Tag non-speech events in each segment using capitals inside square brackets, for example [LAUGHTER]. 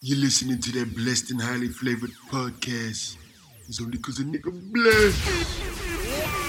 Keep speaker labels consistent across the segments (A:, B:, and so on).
A: You're listening to that blessed and highly flavored podcast. It's only because a nigga blessed.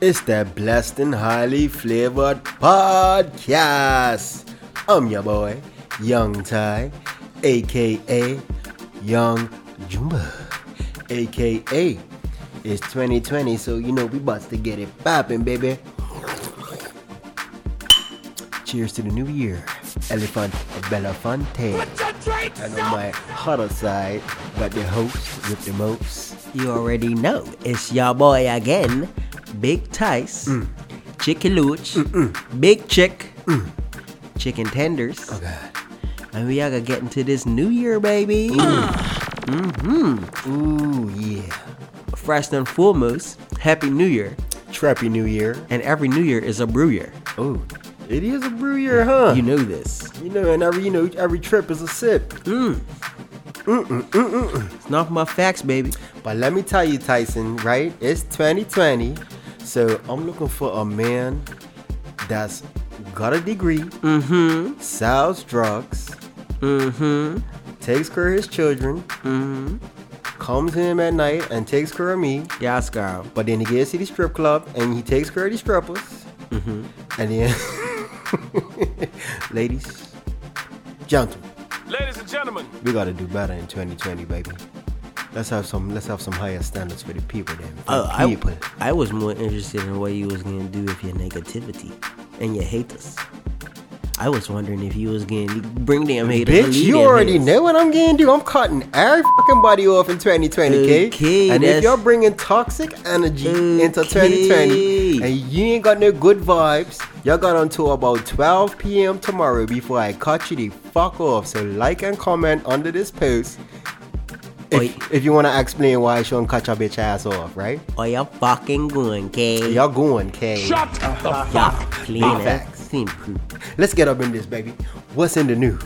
B: It's that blessed and highly flavored podcast. I'm your boy, Young Ty, aka Young Jumba, aka it's 2020, so you know we about to get it poppin', baby. Cheers to the new year, Elephant Belafonte. And on my hotter side, got the host with the most. You already know, it's your boy again, Big Tice,
C: Mm.
B: Chicky Looch, Big Chick,
C: Mm.
B: Chicken Tenders. Oh, God. And we are gonna get into this new year, baby. Mm-hmm. Ooh, yeah. First and foremost, Happy New Year.
C: Trappy New Year.
B: And every New Year is a brew year.
C: Oh, it is a brew year, huh?
B: You know this.
C: You know, and every you know every trip is a sip.
B: It's not my facts, baby.
C: But let me tell you, Tyson. Right? It's 2020, so I'm looking for a man that's got a degree,
B: Mm-hmm.
C: sells drugs,
B: Mm-hmm.
C: takes care of his children,
B: Mm-hmm.
C: comes home at night and takes care of me.
B: Yes, girl.
C: But then he gets to the strip club and he takes care of the strippers.
B: Mm-hmm.
C: And then, [LAUGHS] ladies, gentlemen.
D: Ladies and gentlemen,
C: We gotta do better in 2020, baby. Let's have some. Let's have some higher standards for the people, then. For
B: Oh,
C: the
B: I,
C: people.
B: I was more interested in what you was gonna do with your negativity and your haters. I was wondering if you was gonna bring them haters. or
C: Bitch,
B: leave
C: you
B: them
C: already
B: haters.
C: know what I'm gonna do. I'm cutting every fucking body off in 2020, okay?
B: Okay,
C: and
B: that's-
C: if you're bringing toxic energy into
B: Okay.
C: 2020, and you ain't got no good vibes, y'all got until about 12 p.m. tomorrow before I cut you the fuck off. So like and comment under this post
B: Oi.
C: if, if you wanna explain why I shouldn't cut your bitch ass off, right?
B: Or y'all fucking going, okay?
C: Y'all going, okay?
D: shut the fuck
B: Y'all clean
C: Facts.
B: Clean poop.
C: Let's get up in this, baby. What's in the news?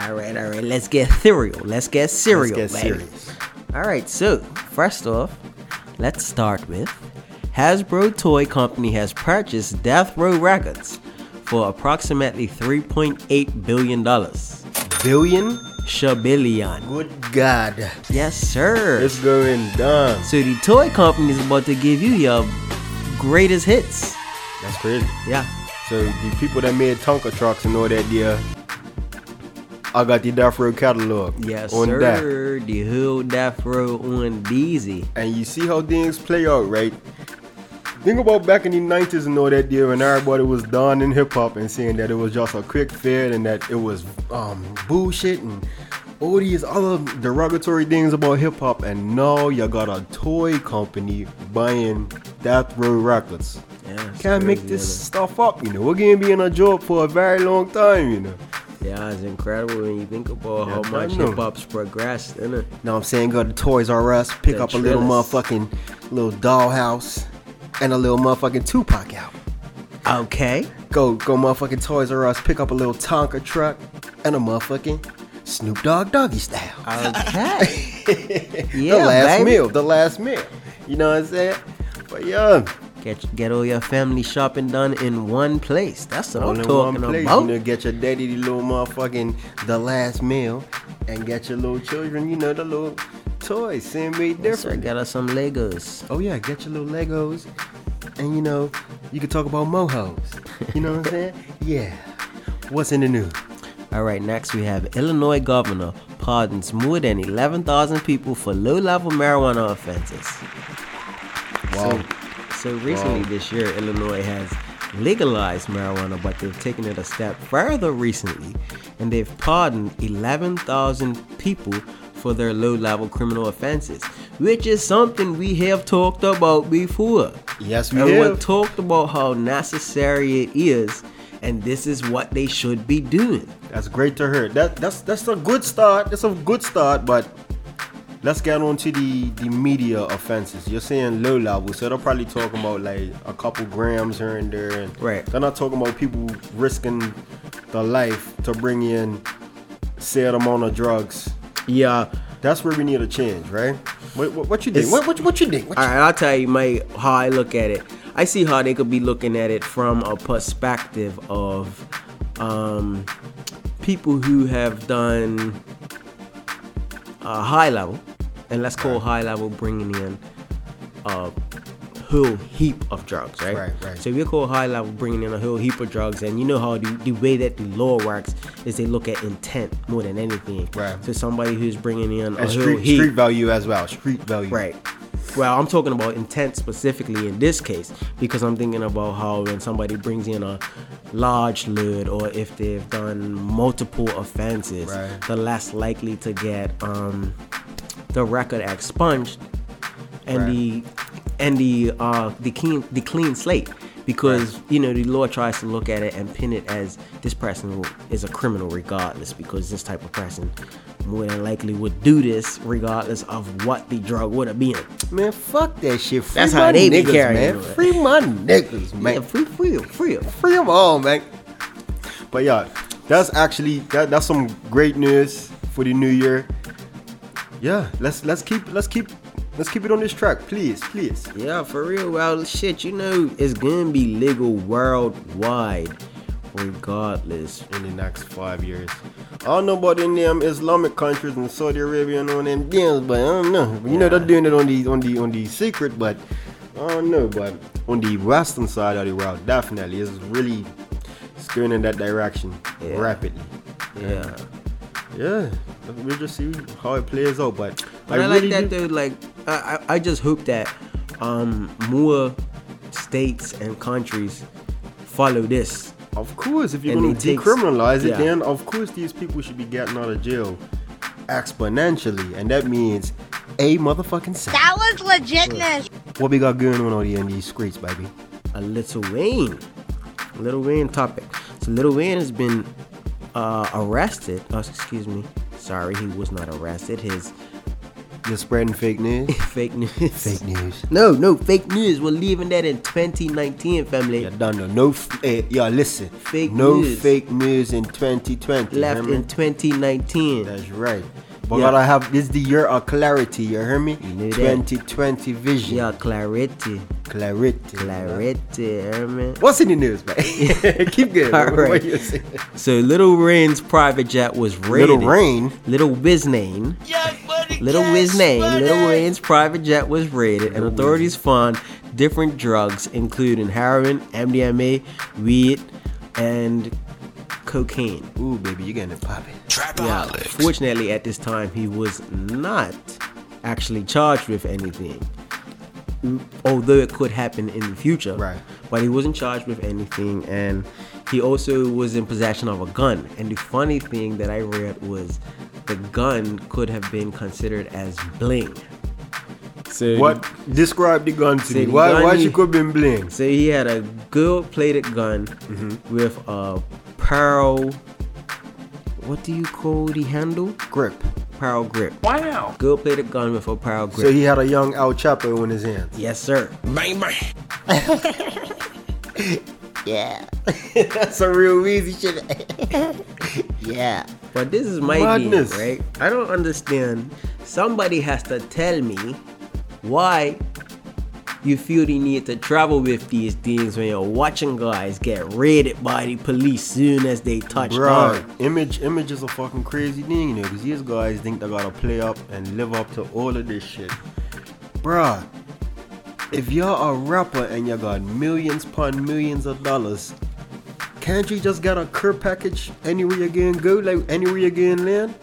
B: All right, all right. Let's get serial. Let's get serial,
C: Let's get
B: baby.
C: serious.
B: All right, so first off, let's start with Hasbro Toy Company has purchased Death Row Records for approximately 3.8 billion dollars.
C: Billion?
B: Shabillion.
C: Good God.
B: Yes, sir.
C: It's going down.
B: So the toy company is about to give you your greatest hits.
C: That's crazy.
B: Yeah.
C: So the people that made Tonka trucks and all that, yeah. I got the Death Row catalog.
B: Yes,
C: on that.
B: sir. The whole Death Row on Deezy.
C: And you see how things play out, right? Think about back in the 90s and all that deal when everybody was done in hip hop and saying that it was just a quick fad and that it was um, bullshit and all these other derogatory things about hip hop. And now you got a toy company buying Death Row Records.
B: Yeah, it's
C: Can't make
B: crazy,
C: this
B: isn't it?
C: stuff up, you know. We're gonna be in a job for a very long time, you know.
B: Yeah, it's incredible when you think about
C: Yeah,
B: how
C: I
B: much
C: know.
B: hip hop's progressed, innit?
C: Know what I'm saying? Go to Toys R Us, pick
B: The
C: up a little
B: Trillis.
C: motherfucking little dollhouse and a little motherfucking Tupac out.
B: Okay.
C: Go, go motherfucking Toys R Us, pick up a little Tonka truck and a motherfucking Snoop Dogg doggy style. [LAUGHS]
B: Okay.
C: the
B: yeah,
C: last
B: baby.
C: meal, the last meal. You know what I'm saying? But yeah,
B: Get get all your family shopping done in one place. That's what
C: all
B: I'm
C: in
B: talking
C: one place,
B: about.
C: you know, get your daddy the little motherfucking the last meal, and get your little children, you know, the little toys, same way
B: Yes, sir.
C: different.
B: Got us some Legos.
C: Oh yeah, get your little Legos, and you know, you can talk about mohos. You know what I'm saying? Yeah. What's in the news?
B: All right, next we have Illinois governor pardons more than 11,000 people for low-level marijuana offenses.
C: Wow.
B: So recently this year, Illinois has legalized marijuana, but they've taken it a step further recently, and they've pardoned 11,000 people for their low-level criminal offenses, which is something we have talked about before.
C: Yes, we
B: Everyone
C: have.
B: talked about how necessary it is, and this is what they should be doing.
C: That's great to hear. That that's that's a good start. That's a good start, but let's get on to the the media offenses. You're saying low level, so they're probably talking about like a couple grams here and there. And
B: Right.
C: They're not talking about people risking their life to bring in said amount of drugs.
B: Yeah.
C: That's where we need a change, right? What what, what you think?
B: It's-
C: What, what what you think? What
B: All
C: you-
B: right, I'll tell you my how I look at it. I see how they could be looking at it from a perspective of um, people who have done uh, high level, and let's call high level bringing in a whole heap of drugs, right?
C: Right, right.
B: So we call high level bringing in a whole heap of drugs, and you know how the, the way that the law works is they look at intent more than anything.
C: Right.
B: So somebody who's bringing in a
C: And
B: whole
C: street,
B: heap.
C: street value as well. Street value.
B: Right. Well, I'm talking about intent specifically in this case because I'm thinking about how when somebody brings in a large load or if they've done multiple offenses,
C: Right.
B: they're less likely to get um, the record expunged and
C: Right.
B: the and the uh, the clean the clean slate because you know the law tries to look at it and pin it as this person is a criminal regardless because this type of person more than likely would do this regardless of what the drug would have been.
C: Man, fuck that shit. Free
B: That's
C: my
B: how they be
C: niggas,
B: carrying
C: man.
B: it.
C: Free my niggas, man.
B: Yeah, free, free, free.
C: free them all, man. But yeah, that's actually that, that's some great news for the new year. Yeah, let's let's keep let's keep let's keep it on this track, please, please.
B: Yeah, for real. Well, shit, you know it's gonna be legal worldwide, regardless.
C: In the next five years, I don't know about in them Islamic countries and Saudi Arabia and all them deals, but I don't know. You know they're doing it on the on the on the secret, but I don't know. But on the western side of the world, definitely, it's really it's going in that direction
B: Yeah.
C: rapidly.
B: Yeah.
C: Yeah, we'll just see how it plays out. But
B: But I, like
C: really
B: that
C: do-
B: dude. Like, I, I, I just hope that um, more states and countries follow this.
C: Of course, if you're
B: And
C: going
B: it
C: to
B: takes-
C: decriminalize it,
B: yeah.
C: then of course these people should be getting out of jail exponentially, and that means a motherfucking sack.
E: That was legitness.
C: What we got going on out here in these streets, baby?
B: A Little Wayne, Little Wayne topic. So Little Wayne has been uh, arrested. Oh, excuse me. Sorry, he was not arrested. His
C: You're spreading fake news.
B: fake news.
C: [LAUGHS] fake news.
B: No, no, fake news. We're leaving that in 2019, family.
C: You're done. though. No, f- eh, yeah. Listen,
B: Fake
C: no
B: news.
C: fake news in 2020. you
B: Left
C: hear me?
B: in 2019.
C: That's right. But
B: Yeah.
C: gotta have this the year of clarity. You hear me?
B: knew that.
C: 2020 vision.
B: yeah, clarity,
C: Clarity.
B: clarity, eh, man.
C: What's in the news, man? [LAUGHS] Keep going.
B: All
C: What
B: right.
C: you saying?
B: So Little Rain's private jet was raided.
C: Little Rain.
B: Little Wiznane. Little Wiznane. Little Rain's private jet was raided, and authorities found different drugs, including heroin, MDMA, weed, and cocaine.
C: Ooh, baby, you getting it popping.
B: Yeah. Fortunately, at this time, he was not actually charged with anything. Mm, Although it could happen in the future.
C: Right.
B: But he wasn't charged with anything. And he also was in possession of a gun. And the funny thing that I read was the gun could have been considered as bling. So
C: What? Describe the gun to
B: Say
C: me.
B: the
C: Why?
B: gun
C: Why
B: he-
C: she could been bling?
B: So he had a gold plated gun with a pearl. What do you call the handle?
C: Grip.
B: Pearl grip.
D: Wow.
B: Good plated gun with a power grip.
C: So he had a young Al Chapo in his hands.
B: yes, sir.
F: Yeah,
C: That's a real easy shit.
F: yeah.
B: But this is my
C: Madness.
B: thing, right? I don't understand. Somebody has to tell me why you feel the need to travel with these things when you're watching guys get raided by the police soon as they touch
C: Bro,
B: down.
C: image image is a fucking crazy thing, you know, because these guys think they gotta play up and live up to all of this shit. Bruh, if you're a rapper and you got millions upon millions of dollars, can't you just get a cur package anywhere you can go, like anywhere you can land?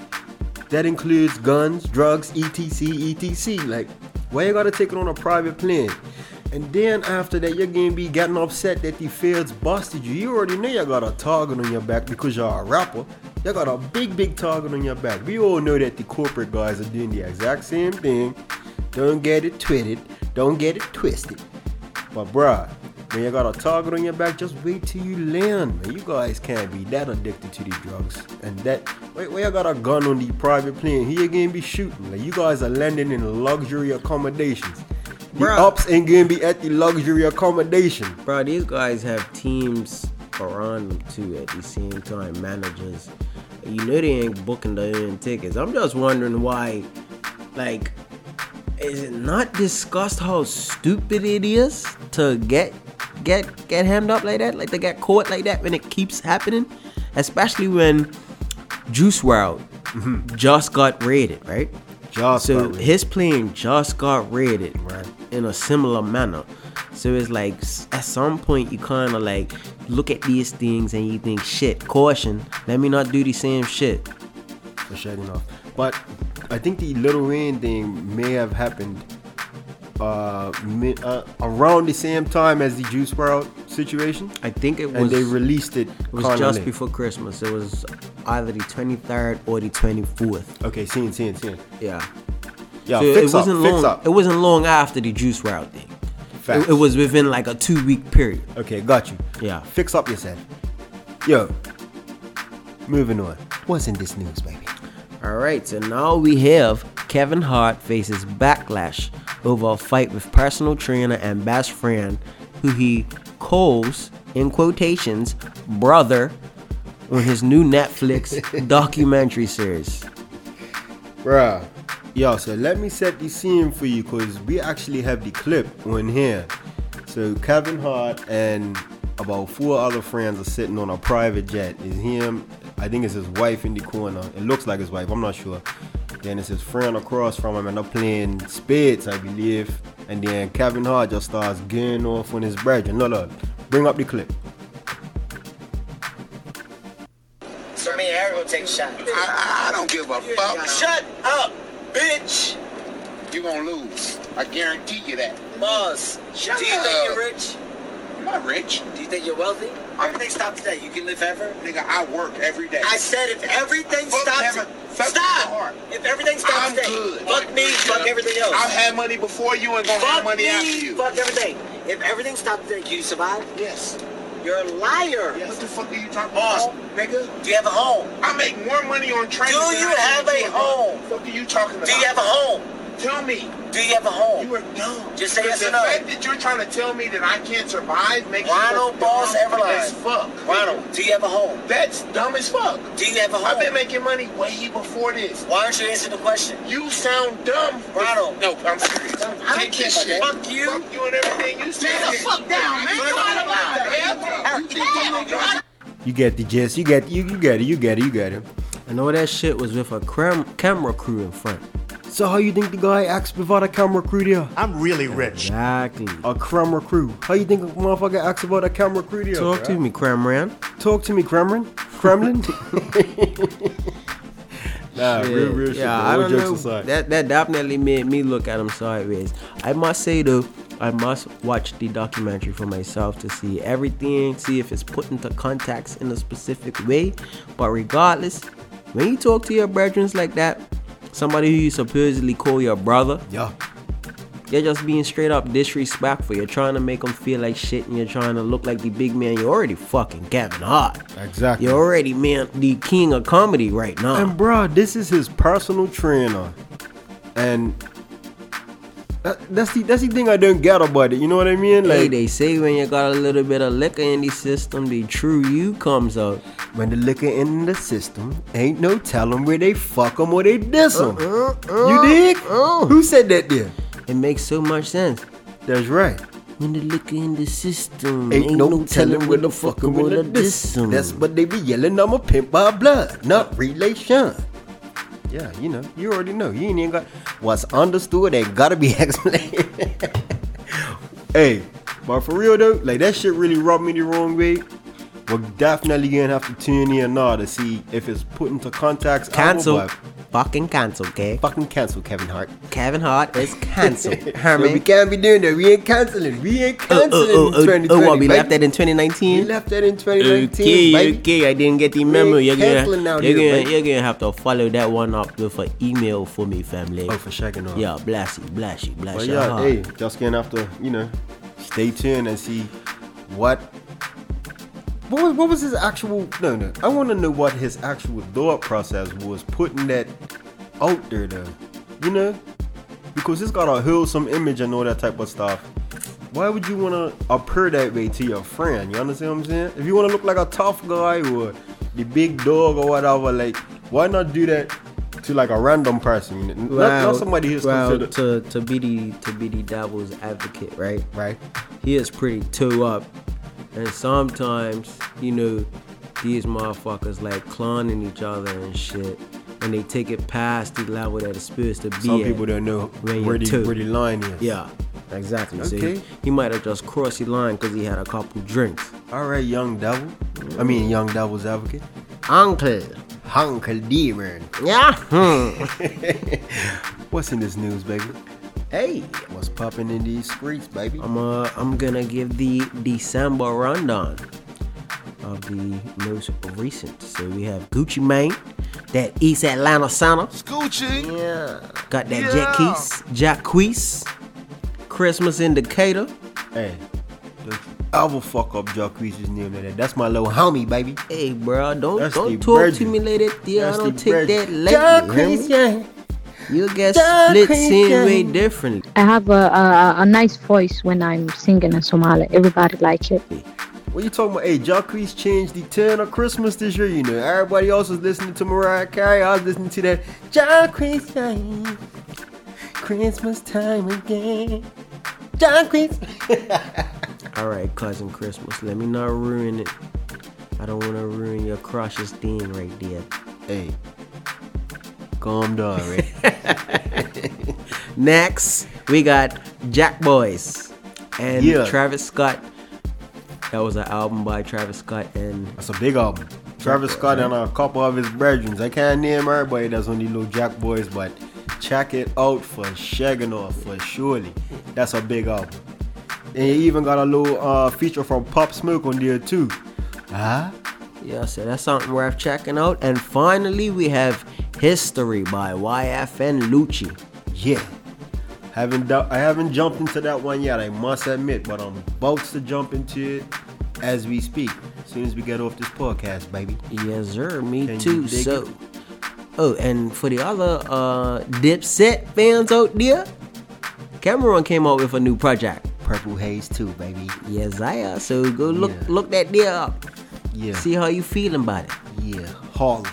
C: That includes guns, drugs, E etc, etc. Like, why you gotta take it on a private plane? And then after that, you're gonna be getting upset that the feds busted you. You already know you got a target on your back because you're a rapper. You got a big, big target on your back. We all know that the corporate guys are doing the exact same thing. Don't get it twisted. Don't get it twisted. But bruh, when you got a target on your back, just wait till you learn. Man. You guys can't be that addicted to the drugs. And that wait, when you got a gun on the private plane, he ain't gonna be shooting. Like you guys are landing in luxury accommodations. The
B: Bruh.
C: ups ain't gonna be at the luxury accommodation.
B: Bro, these guys have teams around them too at the same time, managers. You know they ain't booking their own tickets. I'm just wondering why, like, is it not discussed how stupid it is to get get get hemmed up like that, like to get caught like that when it keeps happening, especially when Juice World just got raided, right?
C: Mm-hmm. Just
B: so
C: got raided.
B: his plane just got raided
C: Right.
B: in a similar manner. So it's like s- at some point you kind of like look at these things and you think, shit, caution. Let me not do the same shit.
C: for shutting off. But I think the Little Wayne thing may have happened uh, mi- uh around the same time as the Juice World situation,
B: I think it was.
C: and they released it.
B: It was
C: kinda
B: just
C: late.
B: before Christmas. It was either the 23rd or the 24th.
C: Okay, seeing, seeing, seeing.
B: Yeah.
C: Yeah,
B: So
C: fix
B: it wasn't
C: up,
B: long.
C: fix up.
B: It wasn't long after the Juice Route thing.
C: Facts.
B: It, it was within like a two week period.
C: okay. Got you.
B: Yeah.
C: fix up yourself. Yo, moving on. What's in this news, baby?
B: All right. So now we have Kevin Hart faces backlash over a fight with personal trainer and best friend, who he calls in quotations brother, on his new Netflix
G: [LAUGHS]
B: documentary series.
C: Bruh. Yo, so let me set the scene for you because we actually have the clip on here. So Kevin Hart and about four other friends are sitting on a private jet. It's him, I think it's his wife in the corner. It looks like his wife, I'm not sure. Then it's his friend across from him and they're playing spades, I believe. And then Kevin Hart just starts getting off on his brethren. No, look, bring up the clip.
E: So me and Eric will take shots.
G: I, I- I don't give a fuck.
E: Shut up, bitch.
G: You gonna lose. I guarantee you that.
E: Boss. Do you
G: up.
E: think you're rich?
G: I'm not rich,
E: Do you think you're wealthy? Everything stops today. You can live ever.
G: nigga. I work every day.
E: I said if everything
G: Fuck
E: stops,
G: heaven. Fuck your
E: stop.
G: heart.
E: If everything stops
G: I'm
E: today,
G: good.
E: fuck me, fuck everything else.
G: I've had money before you and gonna have
E: fuck
G: money
E: me,
G: after you.
E: fuck everything. If everything stops today, can you survive?
G: Yes.
E: You're a liar.
G: Yes. What the fuck are you talking
E: Boss.
G: about, nigga?
E: Do you have a home?
G: I make more money on training.
E: Do
G: than
E: you
G: I
E: have a
G: on-
E: home?
G: What the fuck are you talking about?
E: Do you have a home?
G: Tell me.
E: Do you have a home?
G: You are dumb.
E: Just say
G: The-
E: yes
G: the
E: or no.
G: fact that you're trying to tell me that I can't survive makes
E: Ronald
G: me look
E: Boss
G: dumb
E: Everline.
G: as fuck.
E: Ronald, do you have a home?
G: That's dumb as fuck.
E: Do you have a home?
G: I've been making money way before this.
E: Why aren't you answering the question?
G: You sound dumb.
E: Ronald.
G: No, I'm serious.
E: I don't
G: Take
E: care
G: this
E: about
G: shit.
E: that. Fuck you.
G: Fuck you and everything you said.
E: the fuck down, man. You out of line, man.
G: You think you know God?
C: You get the gist. You get you you get it. You get it. You get it.
B: And all that shit was with a cram- camera crew in front.
C: So how you think the guy acts without a camera crew there?
H: I'm really rich.
B: Exactly.
C: A camera crew. How you think a motherfucker acts about a camera crew there?
B: Talk to
C: bruh?
B: me, Cramran.
C: Talk to me, Kremlin. Kremlin. nah, real, real shit.
B: Yeah,
C: though.
B: I
C: All
B: don't
C: jokes
B: know.
C: aside.
B: That that definitely made me look at him sideways. I must say though, I must watch the documentary for myself to see everything, see if it's put into context in a specific way. But regardless, when you talk to your brethren like that, somebody who you supposedly call your brother,
C: yeah.
B: you're just being straight up disrespectful. You're trying to make them feel like shit, and you're trying to look like the big man. You're already fucking Kevin Hart.
C: Exactly.
B: You're already man the king of comedy right now.
C: And bruh, this is his personal trainer, and that, that's the that's the thing I don't get about it. You know what I mean?
B: Hey,
C: Like
B: they say when you got a little bit of liquor in the system, the true you comes out.
C: when the liquor in the system, ain't no telling where they fuck them or they diss them.
B: Uh,
C: you dig? Who said that there?
B: It makes so much sense.
C: That's right.
B: When the liquor in the system,
C: Ain't, no, telling where the fuck
B: fucking
C: I'm gonna diss. That's what they be yelling. I'm a pimp by blood, not relation. Yeah, you know, you already know. You ain't even got what's understood. Ain't gotta be [LAUGHS] explained. hey, but for real though, like that shit really rubbed me the wrong way. We're definitely gonna have to tune in now to see if it's put into context.
B: cancel.
C: I will, but
B: Fucking cancel, okay?
C: Fucking cancel Kevin Hart.
B: Kevin Hart is
C: [LAUGHS]
B: canceled. Herman.
C: No, we can't be doing that. We ain't canceling. We ain't
B: oh,
C: canceling
B: oh, oh, oh,
C: 2020.
B: oh, what, we
C: baby.
B: left that in
C: uh, We
B: 2019?
C: left that in 2019.
B: Okay,
C: baby.
B: okay, I didn't get the
C: We
B: memo.
C: ain't
B: You're gonna,
C: canceling out
B: you're,
C: here,
B: gonna,
C: baby.
B: you're gonna have to follow that one up with an email for me, family.
C: Oh, for shaking off.
B: Yeah, bless you, bless you, bless
C: But
B: your
C: yeah,
B: heart.
C: hey, just gonna have to, you know, Stay tuned and see what what was, what was his actual no no. I want to know what his actual thought process was putting that out there though. You know, because it's got a wholesome image and all that type of stuff. Why would you want to appear that way to your friend? You understand what I'm saying? If you want to look like a tough guy or the big dog or whatever, like why not do that to like a random person? Not- Not,
B: Well,
C: somebody who's
B: well,
C: considered
B: to to be the to be the devil's advocate, right?
C: right.
B: He is pretty two up, and sometimes you know these motherfuckers like cloning each other and shit, and they take it past the level that it's supposed to be.
C: Some
B: at.
C: people don't know
B: Where
C: where,
B: you
C: the,
B: took.
C: where the line is.
B: Yeah, exactly. So
C: Okay.
B: he, he might have just crossed the line because he had a couple drinks.
C: All right, young devil. I mean, young devil's advocate.
B: Uncle,
C: Uncle Demon.
B: yeah.
C: What's in this news, baby?
B: Hey,
C: What's popping in these streets, baby?
B: I'm uh, I'm gonna give the December rundown of the most recent. So we have Gucci Mane, that East Atlanta Santa,
A: Gucci.
B: got that Jack Keys, Jack Quees, Christmas in Decatur.
C: Hey, don't you ever fuck up Jacquees' name like that. That's my little homie, baby.
B: Hey, bro, don't
C: That's the
B: don't talk
C: bread.
B: to me like that. Yeah, I
C: That's the
B: don't take
C: bread.
B: that
C: Jack
B: lightly.
C: Quees,
B: yeah. You'll get
C: Jack
B: split
C: Quees,
B: scene
C: yeah.
B: way differently.
H: I have a, a, a nice voice when I'm singing in Somali. Everybody like it.
C: What you talking about? Hey, Jacquees changed the turn of Christmas this year, you know. Everybody else was listening to Mariah Carey. I was listening to that Jacquees time. Christmas time again. Jacquees.
B: [LAUGHS] All right, cousin Christmas, let me not ruin it. I don't want to ruin your crush's theme right there.
C: Hey, calm down, right?
B: Next, we got Jack Boys and
C: Yeah.
B: Travis Scott. That was an album by Travis Scott and
C: That's a big album. Travis Scott and a couple of his brethren. I can't name everybody that's on the little Jack Boys, but check it out for shagging off for surely. That's a big album. And he even got a little uh, feature from Pop Smoke on there too. Huh?
B: yeah, so that's something worth checking out. And finally, we have History by YFN Lucci.
C: Yeah. Haven't dou- I haven't jumped into that one yet, I must admit, but I'm about to jump into it as we speak. As soon as we get off this podcast, baby.
B: Yes, sir. Me
C: Can you
B: too.
C: dig
B: So, oh, and for the other uh, Dipset fans out there, Cameron came out with a new project.
F: Purple Haze too, baby.
B: Yes, I am. So go look
C: Yeah.
B: look that deal up.
C: Yeah.
B: See how you feeling about it.
C: Yeah, Harlem,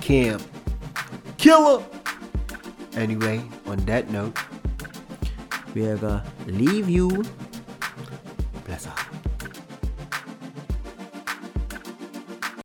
C: Camp, Killer. Anyway, on that note,
B: We're gonna leave you
C: bless up.